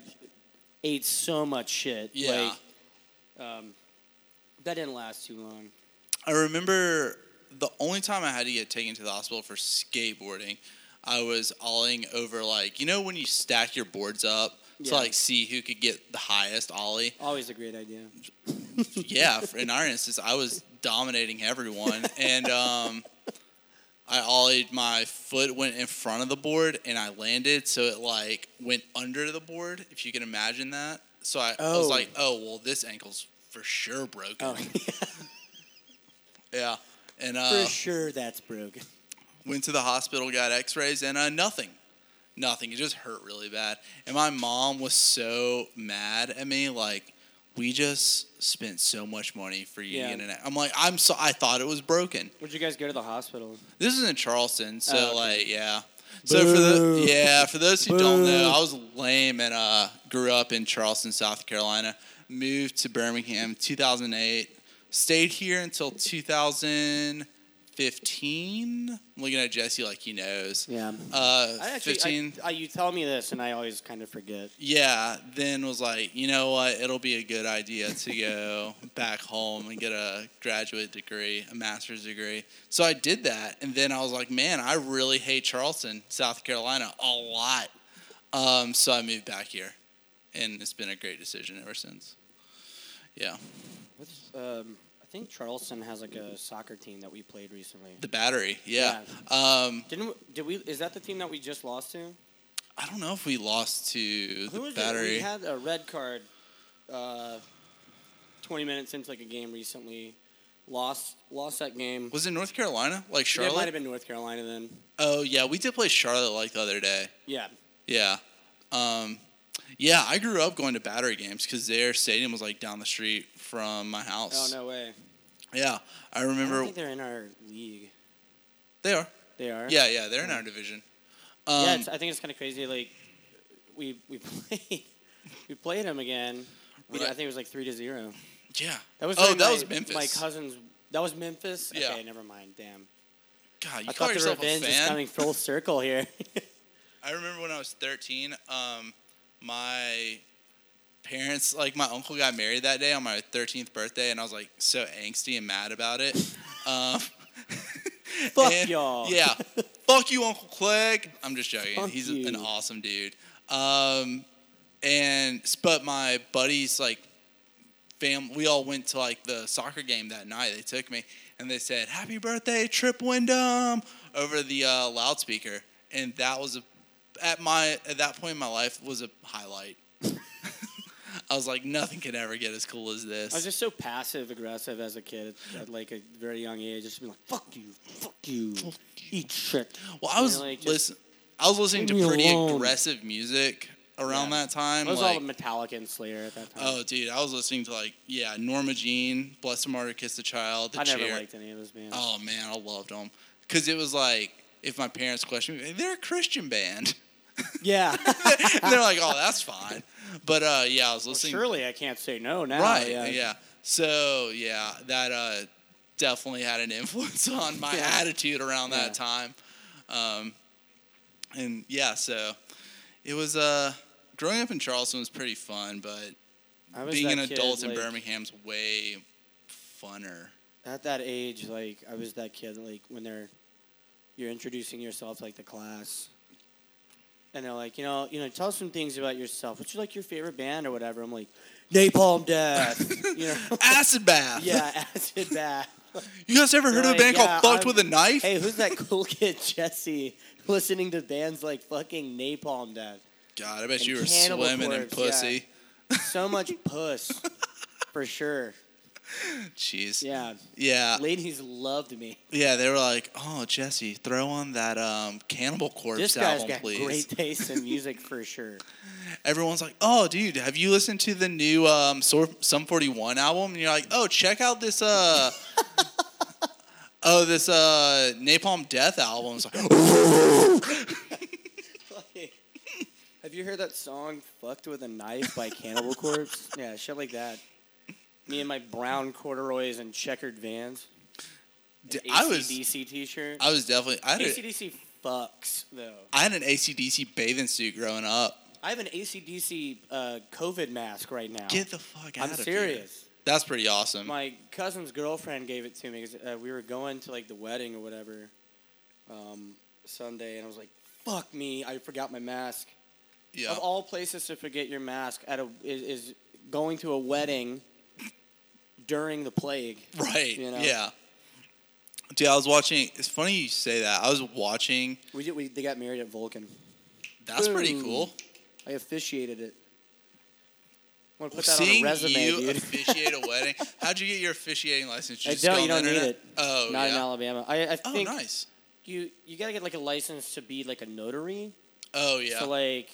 Speaker 2: ate so much shit,
Speaker 1: Yeah.
Speaker 2: Like, um, that didn't last too long.
Speaker 1: I remember the only time I had to get taken to the hospital for skateboarding, I was ollieing over like you know when you stack your boards up
Speaker 2: Yeah.
Speaker 1: to like see who could get the highest ollie.
Speaker 2: Always a great idea.
Speaker 1: yeah, for- in our instance, I was dominating everyone, and um, I ollied. My foot went in front of the board, and I landed, so it like went under the board. If you can imagine that. So I, I
Speaker 2: Oh.
Speaker 1: was like, oh well, this ankle's for sure broken.
Speaker 2: Oh,
Speaker 1: Yeah, and uh,
Speaker 2: for sure that's broken.
Speaker 1: went to the hospital, got X-rays, and uh, nothing, nothing. It just hurt really bad. And my mom was so mad at me, like we just spent so much money for you
Speaker 2: Yeah.
Speaker 1: to get an. I'm like, I'm so. I thought it was broken.
Speaker 2: Would you guys go to the hospital?
Speaker 1: This is in Charleston, so
Speaker 2: Oh, okay.
Speaker 1: like, yeah. So for the
Speaker 2: Boo.
Speaker 1: yeah, for those who don't know,
Speaker 2: Boo.
Speaker 1: I was lame and uh, grew up in Charleston, South Carolina. Moved to Birmingham, 2008. Stayed here until 2015. I'm looking at Jesse like he knows.
Speaker 2: Yeah.
Speaker 1: Uh,
Speaker 2: I actually,
Speaker 1: 15.
Speaker 2: I, I, you tell me this, and I always kind of forget.
Speaker 1: yeah. Then was like, you know what? It'll be a good idea to go back home and get a graduate degree, a master's degree. So I did that, and then I was like, man, I really hate Charleston, South Carolina, a lot. Um, so I moved back here, and it's been a great decision ever since. Yeah.
Speaker 2: What's, um, I think Charleston has like a soccer team that we played recently.
Speaker 1: The battery, yeah. Um,
Speaker 2: Didn't we, did we? Is that the team that we just lost to?
Speaker 1: I don't know if we lost to
Speaker 2: Who
Speaker 1: the
Speaker 2: was it?
Speaker 1: battery.
Speaker 2: We had a red card. Uh, Twenty minutes into like a game recently, lost lost that game.
Speaker 1: was it North Carolina? Like
Speaker 2: Yeah, It might
Speaker 1: Charlotte?
Speaker 2: have been North Carolina then.
Speaker 1: oh yeah, we did play Charlotte like the other day.
Speaker 2: Yeah.
Speaker 1: Yeah. Um, yeah, I grew up going to battery games because their stadium was like down the street from my
Speaker 2: Oh
Speaker 1: house.
Speaker 2: no way.
Speaker 1: Yeah, I
Speaker 2: I don't
Speaker 1: remember
Speaker 2: think they're in our league.
Speaker 1: they are.
Speaker 2: They are.
Speaker 1: Yeah, yeah, they're in our division. Um,
Speaker 2: yeah. It's, uh, I think it's kind of crazy. Like we we played we played them again. We,
Speaker 1: Right.
Speaker 2: I think it was like three to zero.
Speaker 1: yeah.
Speaker 2: That was
Speaker 1: oh,
Speaker 2: during
Speaker 1: that
Speaker 2: my,
Speaker 1: was Memphis.
Speaker 2: My cousin's. That was Memphis.
Speaker 1: Yeah.
Speaker 2: Okay, never mind. Damn.
Speaker 1: God, you
Speaker 2: I
Speaker 1: call
Speaker 2: thought the
Speaker 1: yourself a
Speaker 2: revenge is
Speaker 1: fan?
Speaker 2: coming full circle here.
Speaker 1: I remember when I was 13, um, my parents, like my uncle got married that day on my 13th birthday, and I was like so angsty and mad about it. Um,
Speaker 2: Fuck
Speaker 1: and-
Speaker 2: y'all.
Speaker 1: Yeah. Fuck you, Uncle Clegg. I'm just joking.
Speaker 2: Fuck
Speaker 1: He's
Speaker 2: you.
Speaker 1: an awesome dude. Um, and but my buddies like fam we all went to like the soccer game that night they took me and they said happy birthday trip wyndham over the uh, loudspeaker and that was a at my at that point in my life was a highlight i was like nothing can ever get as cool as this
Speaker 2: I was just so passive aggressive as a kid, at like a very young age, just being like, "Fuck you, fuck you, eat shit."
Speaker 1: well i was
Speaker 2: Yeah, like, just
Speaker 1: listen i was listening
Speaker 2: leave
Speaker 1: to
Speaker 2: me
Speaker 1: pretty
Speaker 2: alone.
Speaker 1: aggressive music around
Speaker 2: Yeah.
Speaker 1: that time
Speaker 2: It was
Speaker 1: like,
Speaker 2: all Metallica and Slayer at that time.
Speaker 1: oh dude i was listening to like yeah norma jean bless the martyr kiss the child the
Speaker 2: I
Speaker 1: chair
Speaker 2: never liked any of those bands.
Speaker 1: Oh man, I loved them because it was like if my parents questioned me, they're a Christian band.
Speaker 2: Yeah,
Speaker 1: and they're like, oh, that's fine. But uh, yeah, I was listening.
Speaker 2: surely I can't say no now.
Speaker 1: right?
Speaker 2: yeah.
Speaker 1: Yeah. So yeah, that uh, definitely had an influence on my
Speaker 2: Yeah.
Speaker 1: attitude around that
Speaker 2: Yeah.
Speaker 1: time. Um, and yeah, so it was uh, growing up in Charleston was pretty fun, but
Speaker 2: I was
Speaker 1: being an
Speaker 2: that kid,
Speaker 1: adult in
Speaker 2: like,
Speaker 1: Birmingham's way funner.
Speaker 2: At that age, like I was that kid, like when they're you're introducing yourself to, like the class, and they're like, you know, you know, tell us some things about yourself. What's your, like your favorite band or whatever? I'm like, Napalm Death. you know.
Speaker 1: Acid bath.
Speaker 2: Yeah, acid bath.
Speaker 1: You guys ever heard of a
Speaker 2: Right,
Speaker 1: band
Speaker 2: yeah,
Speaker 1: called Fucked
Speaker 2: I'm-
Speaker 1: with a Knife?
Speaker 2: Hey, who's that cool kid Jesse listening to bands like fucking Napalm Death?
Speaker 1: God, I bet
Speaker 2: And
Speaker 1: you were
Speaker 2: Cannibal
Speaker 1: swimming in
Speaker 2: Corpse, yeah.
Speaker 1: pussy.
Speaker 2: So much puss, for sure.
Speaker 1: Jeez.
Speaker 2: Yeah,
Speaker 1: Yeah.
Speaker 2: ladies loved me.
Speaker 1: Yeah, they were like, "Oh, Jesse, throw on that um, Cannibal Corpse
Speaker 2: This guy's
Speaker 1: album,
Speaker 2: got
Speaker 1: please."
Speaker 2: great taste in music for sure.
Speaker 1: Everyone's like, "Oh, dude, have you listened to the new um, Sor- Sum 41 album?" And you're like, "Oh, check out this uh Oh, this uh Napalm Death album." It's like,
Speaker 2: Like, have you heard that song "Fucked with a Knife" by Cannibal Corpse? Yeah, shit like that. Me and my brown corduroys and checkered Vans.
Speaker 1: d-
Speaker 2: An
Speaker 1: I was
Speaker 2: ACDC t-shirt.
Speaker 1: I was definitely I had, a,
Speaker 2: ACDC fucks though.
Speaker 1: I had an ACDC bathing suit growing up.
Speaker 2: I have an ACDC uh, COVID mask right now.
Speaker 1: Get the fuck out
Speaker 2: I'm
Speaker 1: of here.
Speaker 2: serious.
Speaker 1: That's pretty awesome.
Speaker 2: My cousin's girlfriend gave it to me 'cause, uh, we were going to like the wedding or whatever um, Sunday, and I was like, "Fuck me! I forgot my mask."
Speaker 1: yeah.
Speaker 2: Of all places to forget your mask at a is, is going to a wedding during the plague.
Speaker 1: Right.
Speaker 2: you know?
Speaker 1: Yeah. Dude, I was watching. It's funny you say that. I was watching.
Speaker 2: We, did, we they got married at Vulcan.
Speaker 1: That's pretty
Speaker 2: Ooh.
Speaker 1: cool.
Speaker 2: I officiated it. I want to put that
Speaker 1: Seeing
Speaker 2: on a resume,
Speaker 1: you
Speaker 2: dude.
Speaker 1: officiate a wedding. How'd you get your officiating license?
Speaker 2: I
Speaker 1: just go
Speaker 2: don't-
Speaker 1: on
Speaker 2: you
Speaker 1: the
Speaker 2: don't need
Speaker 1: internet?
Speaker 2: it.
Speaker 1: Oh,
Speaker 2: Not in
Speaker 1: yeah.
Speaker 2: Alabama. I, I
Speaker 1: Oh,
Speaker 2: think
Speaker 1: nice.
Speaker 2: you you gotta get like a license to be like a notary.
Speaker 1: Oh, yeah.
Speaker 2: So like,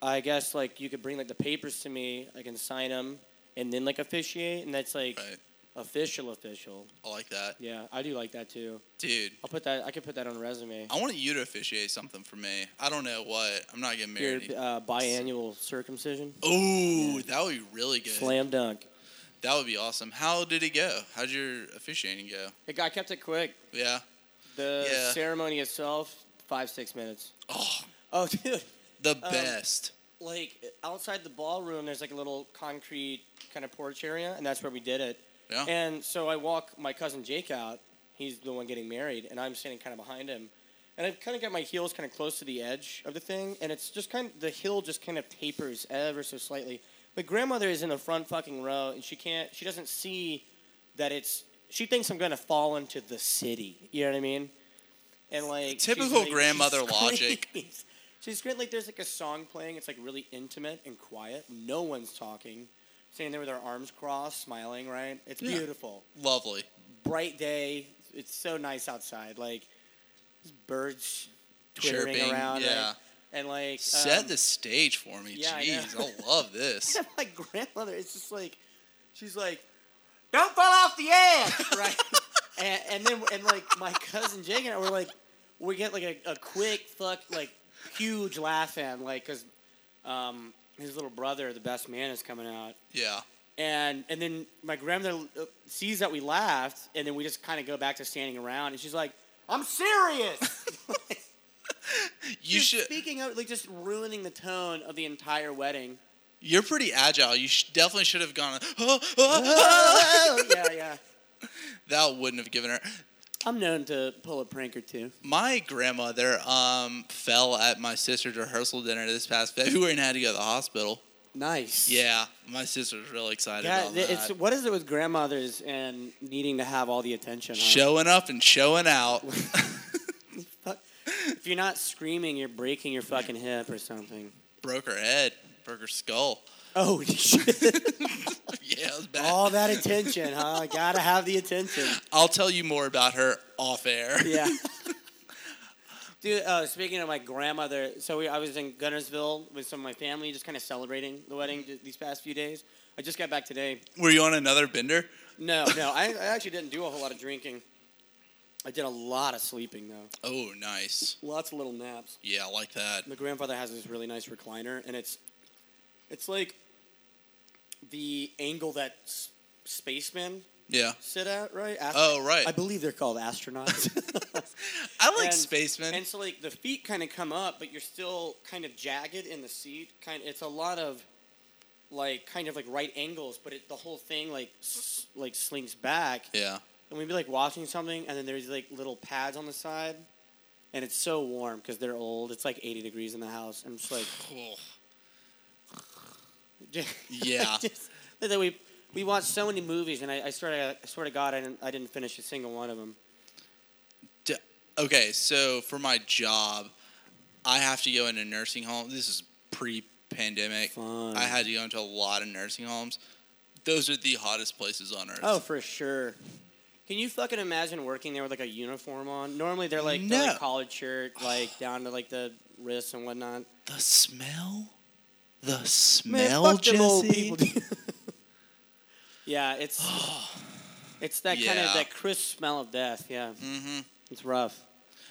Speaker 2: I guess like you could bring like the papers to me. I can sign them and then like officiate, and that's like
Speaker 1: right.
Speaker 2: official, official.
Speaker 1: I like that,
Speaker 2: Yeah, I do like that too.
Speaker 1: dude.
Speaker 2: I'll put that. I could put that on a resume.
Speaker 1: I wanted you to officiate something for me. I don't know what. I'm not getting
Speaker 2: Your
Speaker 1: married.
Speaker 2: uh, biannual circumcision,
Speaker 1: Oh, that would be really good.
Speaker 2: slam dunk.
Speaker 1: That would be awesome. How did it go? How'd your officiating go?
Speaker 2: It got kept it quick.
Speaker 1: Yeah.
Speaker 2: The
Speaker 1: Yeah.
Speaker 2: ceremony itself, five six minutes.
Speaker 1: Oh,
Speaker 2: Oh, dude.
Speaker 1: the best.
Speaker 2: like outside the ballroom there's like a little concrete kind of porch area and that's where we did it
Speaker 1: Yeah.
Speaker 2: and so i walk my cousin jake out he's the one getting married and i'm standing kind of behind him and i've kind of got my heels kind of close to the edge of the thing and it's just kind of the hill just kind of tapers ever so slightly my grandmother is in the front fucking row and she can't she doesn't see that it's she thinks I'm gonna fall into the city. You know what I mean? And like she's
Speaker 1: Typical
Speaker 2: like-
Speaker 1: grandmother
Speaker 2: she
Speaker 1: logic.
Speaker 2: screams. She's great. Like there's like a song playing. It's like really intimate and quiet. No one's talking. Standing there with her arms crossed, smiling. Right? It's
Speaker 1: Yeah.
Speaker 2: beautiful.
Speaker 1: Lovely.
Speaker 2: Bright day. It's so nice outside. Like there's birds twittering
Speaker 1: Chirping,
Speaker 2: around. right?
Speaker 1: yeah.
Speaker 2: And like
Speaker 1: Set
Speaker 2: um,
Speaker 1: the stage for me.
Speaker 2: yeah, I know.
Speaker 1: Jeez, I, love this.
Speaker 2: And my grandmother is just like, she's like, don't fall off the edge, right? and, and then and like my cousin Jake and I were like, we get like a, a quick fuck like huge laugh in like because um, his little brother, the best man, is coming out.
Speaker 1: Yeah.
Speaker 2: And and then my grandmother uh, sees that we laughed, and then we just kind of go back to standing around, and she's like, "I'm serious."
Speaker 1: You
Speaker 2: Just
Speaker 1: should.
Speaker 2: Speaking of like just ruining the tone of the entire wedding.
Speaker 1: You're pretty agile. You sh- definitely should have gone. "Ah, ah, ah."
Speaker 2: yeah, yeah.
Speaker 1: That wouldn't have given her.
Speaker 2: I'm known to pull a prank or two.
Speaker 1: My grandmother um, fell at my sister's rehearsal dinner this past February and had to go to the hospital.
Speaker 2: Nice.
Speaker 1: Yeah, my sister's really excited
Speaker 2: Yeah,
Speaker 1: about that.
Speaker 2: it's what is it with grandmothers and needing to have all the attention? Huh?
Speaker 1: showing up and showing out.
Speaker 2: Fuck. if you're not screaming, you're breaking your fucking hip or something.
Speaker 1: Broke her head. Broke her skull.
Speaker 2: Oh shit!
Speaker 1: Yeah, it was bad.
Speaker 2: all that attention, huh? Gotta have the attention.
Speaker 1: I'll tell you more about her off air.
Speaker 2: Yeah. Dude, uh, speaking of my grandmother, so we, I was in Gunnersville with some of my family, just kind of celebrating the wedding th- these past few days. I just got back today.
Speaker 1: Were you on another bender?
Speaker 2: No, no, I, I actually didn't do a whole lot of drinking. I did a lot of sleeping though.
Speaker 1: Oh, nice.
Speaker 2: Lots of little naps.
Speaker 1: Yeah, I like that.
Speaker 2: My grandfather has this really nice recliner, and it's it's like the angle that s- spacemen
Speaker 1: Yeah.
Speaker 2: sit at, right? Ast-
Speaker 1: Oh, right.
Speaker 2: I believe they're called astronauts.
Speaker 1: I like
Speaker 2: And-
Speaker 1: spacemen.
Speaker 2: and so, like the feet kind of come up, but you're still kind of jagged in the seat. Kind, it's a lot of like kind of like right angles, but it, the whole thing like s- like slinks back,
Speaker 1: yeah.
Speaker 2: and we'd be like watching something, and then there's like little pads on the side. And it's so warm because they're old. It's like 80 degrees in the house. I'm just like,
Speaker 1: Yeah.
Speaker 2: Just- that we we watched so many movies, and I, I swear to, I swear to God, I didn't I didn't finish a single one of them.
Speaker 1: D- okay, so for my job, I have to go into nursing home. This is pre-pandemic.
Speaker 2: Fun.
Speaker 1: I had to go into a lot of nursing homes. Those are the hottest places on earth.
Speaker 2: Oh, for sure. Can you fucking imagine working there with like a uniform on? Normally they're like, they're, like,
Speaker 1: No.
Speaker 2: collared shirt, like down to like the wrists and whatnot.
Speaker 1: the smell, the smell, Jesse.
Speaker 2: yeah, it's it's that kind
Speaker 1: Yeah.
Speaker 2: of that crisp smell of death. Yeah.
Speaker 1: mm-hmm.
Speaker 2: It's rough.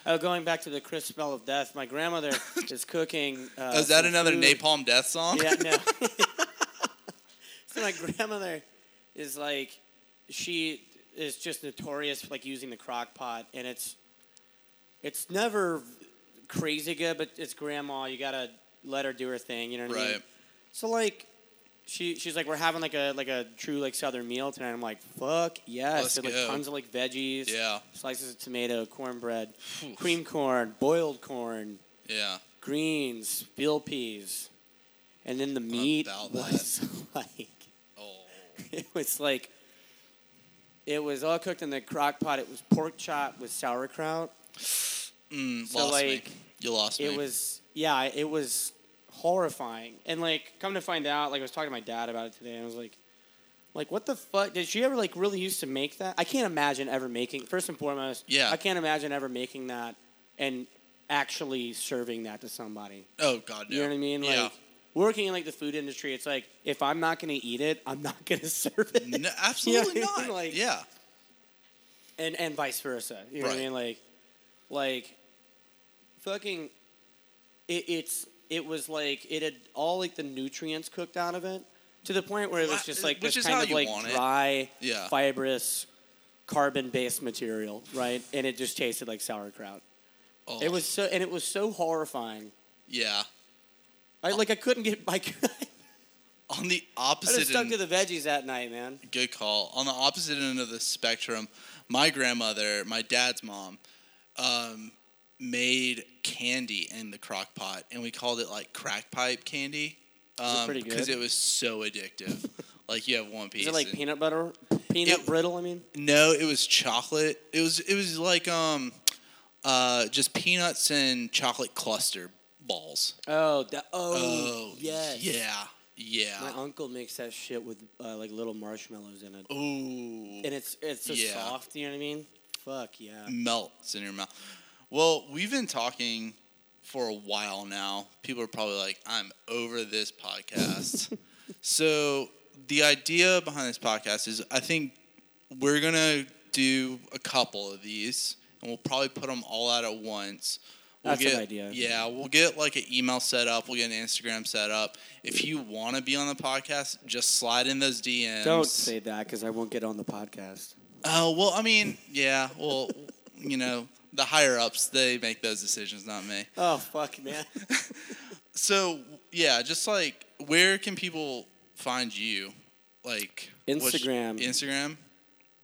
Speaker 2: Oh, going back to the crisp smell of death, my grandmother is cooking. Uh,
Speaker 1: Oh, is that
Speaker 2: some
Speaker 1: another
Speaker 2: food.
Speaker 1: napalm death song?
Speaker 2: Yeah, no. so my grandmother is like, she is just notorious for like using the crock pot, and it's it's never crazy good, but it's grandma. You gotta let her do her thing. You know what I mean?
Speaker 1: Right.
Speaker 2: So like. She, she's like we're having like a like a true like southern meal tonight. I'm like fuck yes,
Speaker 1: Let's
Speaker 2: There's, like
Speaker 1: go.
Speaker 2: tons of like veggies,
Speaker 1: Yeah.
Speaker 2: slices of tomato, cornbread,
Speaker 1: Phew.
Speaker 2: cream corn, boiled corn,
Speaker 1: Yeah.
Speaker 2: greens, field peas, and then the meat
Speaker 1: About that.
Speaker 2: was like
Speaker 1: Oh.
Speaker 2: it was like it was all cooked in the crock pot. It was pork chop with sauerkraut.
Speaker 1: Mm,
Speaker 2: So,
Speaker 1: lost
Speaker 2: like,
Speaker 1: me. You lost me.
Speaker 2: It was yeah, it was horrifying. And like come to find out, like I was talking to my dad about it today, and I was like. Like what the fuck? Did she ever like really used to make that? I can't imagine ever making. First and foremost,
Speaker 1: Yeah.
Speaker 2: I can't imagine ever making that and actually serving that to somebody.
Speaker 1: Oh God, no.
Speaker 2: You know what I mean? Like
Speaker 1: Yeah.
Speaker 2: working in like the food industry, it's like if I'm not gonna eat it, I'm not gonna serve it.
Speaker 1: No, absolutely
Speaker 2: You know what I
Speaker 1: not.
Speaker 2: mean? Like-
Speaker 1: yeah.
Speaker 2: And and vice versa. You know what
Speaker 1: Right.
Speaker 2: I mean? Like like fucking it, it's it was like it had all like the nutrients cooked out of it to the point where it was
Speaker 1: Wha-
Speaker 2: just like
Speaker 1: which is
Speaker 2: this kind
Speaker 1: how
Speaker 2: of
Speaker 1: you
Speaker 2: like
Speaker 1: want it.
Speaker 2: dry,
Speaker 1: Yeah.
Speaker 2: fibrous, carbon based material, right? And it just tasted like sauerkraut.
Speaker 1: Oh,
Speaker 2: It was so and it was so horrifying.
Speaker 1: Yeah.
Speaker 2: I like I couldn't get my
Speaker 1: On the
Speaker 2: I just
Speaker 1: opposite
Speaker 2: stuck
Speaker 1: end,
Speaker 2: to the veggies that night, man.
Speaker 1: good call. On the opposite end of the spectrum, my grandmother, my dad's mom, um, made candy in the crock pot, and we called it like crack pipe candy.
Speaker 2: it
Speaker 1: Um,
Speaker 2: pretty
Speaker 1: Because
Speaker 2: good?
Speaker 1: it was so addictive. like you have one piece.
Speaker 2: Is it like
Speaker 1: and-
Speaker 2: peanut butter? Peanut
Speaker 1: It-
Speaker 2: brittle, I mean.
Speaker 1: No, it was chocolate. It was it was like um, uh, just peanuts and chocolate cluster balls.
Speaker 2: Oh, da- oh,
Speaker 1: Oh,
Speaker 2: yes.
Speaker 1: yeah,
Speaker 2: My
Speaker 1: yeah.
Speaker 2: uncle makes that shit with uh, like little marshmallows in it,
Speaker 1: Ooh,
Speaker 2: and it's it's so
Speaker 1: Oh, Yeah.
Speaker 2: soft. You know what I mean? Fuck yeah.
Speaker 1: melts in your mouth. Well, we've been talking for a while now. People are probably like, I'm over this podcast. so, the idea behind this podcast is I think we're going to do a couple of these and we'll probably put them all out at once. We'll
Speaker 2: That's an
Speaker 1: get,
Speaker 2: idea.
Speaker 1: Yeah, we'll get like an email set up. We'll get an Instagram set up. If you want to be on the podcast, just slide in those DMs.
Speaker 2: Don't say that because I won't get on the podcast.
Speaker 1: Oh well, I mean, yeah. Well, you know, the higher ups they make those decisions, not me.
Speaker 2: Oh fuck, man.
Speaker 1: So yeah, just like where can people find you? Like what's-
Speaker 2: Instagram.
Speaker 1: Instagram.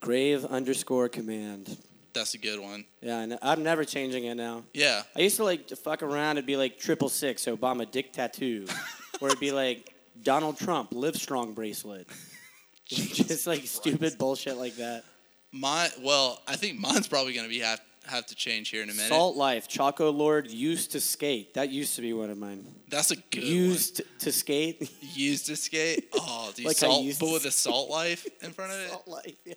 Speaker 2: Grave underscore command.
Speaker 1: That's a good one.
Speaker 2: Yeah, I know. I'm never changing it now.
Speaker 1: Yeah.
Speaker 2: I used to like to fuck around. It'd be like triple six Obama dick tattoo, or it'd be like Donald Trump live strong bracelet. Just like stupid bullshit like that.
Speaker 1: My well, I think mine's probably gonna be have have to change here in a minute.
Speaker 2: Salt Life Choco Lord used to skate. That used to be one of mine.
Speaker 1: That's a good
Speaker 2: used to skate.
Speaker 1: one. Used to skate. Oh, dude,
Speaker 2: Like I
Speaker 1: salt,
Speaker 2: used
Speaker 1: but
Speaker 2: to
Speaker 1: with a salt life in front of it.
Speaker 2: Salt Life. Yeah.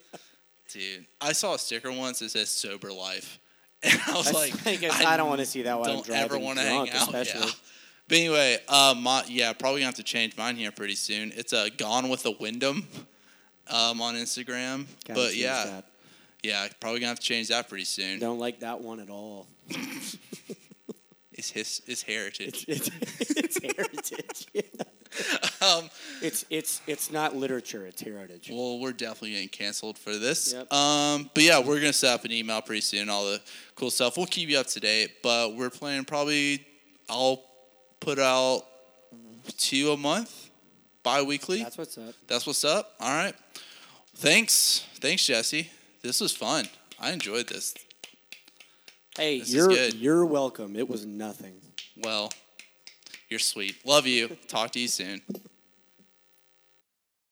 Speaker 1: Dude, I saw a sticker once that says sober life, and I was
Speaker 2: That's
Speaker 1: like,
Speaker 2: like, I don't wanna see that while I'm
Speaker 1: don't
Speaker 2: driving
Speaker 1: ever wanna
Speaker 2: drunk,
Speaker 1: hang out.
Speaker 2: especially.
Speaker 1: Yeah. But anyway, uh, my, yeah, probably gonna have to change mine here pretty soon. It's uh, Gone with the Wyndham um, on Instagram,
Speaker 2: Gotta
Speaker 1: but
Speaker 2: change
Speaker 1: yeah,
Speaker 2: that.
Speaker 1: yeah, probably gonna have to change that pretty soon.
Speaker 2: don't like that one at all.
Speaker 1: It's his, it's heritage.
Speaker 2: It's, it's heritage. Yeah.
Speaker 1: um,
Speaker 2: It's it's it's not literature. It's heritage.
Speaker 1: well, we're definitely getting canceled for this.
Speaker 2: Yep.
Speaker 1: Um, but yeah, we're gonna set up an email pretty soon. All the cool stuff. We'll keep you up to date. But we're planning probably. I'll put out two a month, bi-weekly.
Speaker 2: That's what's up.
Speaker 1: That's what's up. All right. Thanks. Thanks, Jesse. This was fun. I enjoyed this.
Speaker 2: Hey,
Speaker 1: This is
Speaker 2: you're
Speaker 1: good.
Speaker 2: you're welcome. It was nothing.
Speaker 1: Well, you're sweet. Love you. Talk to you soon.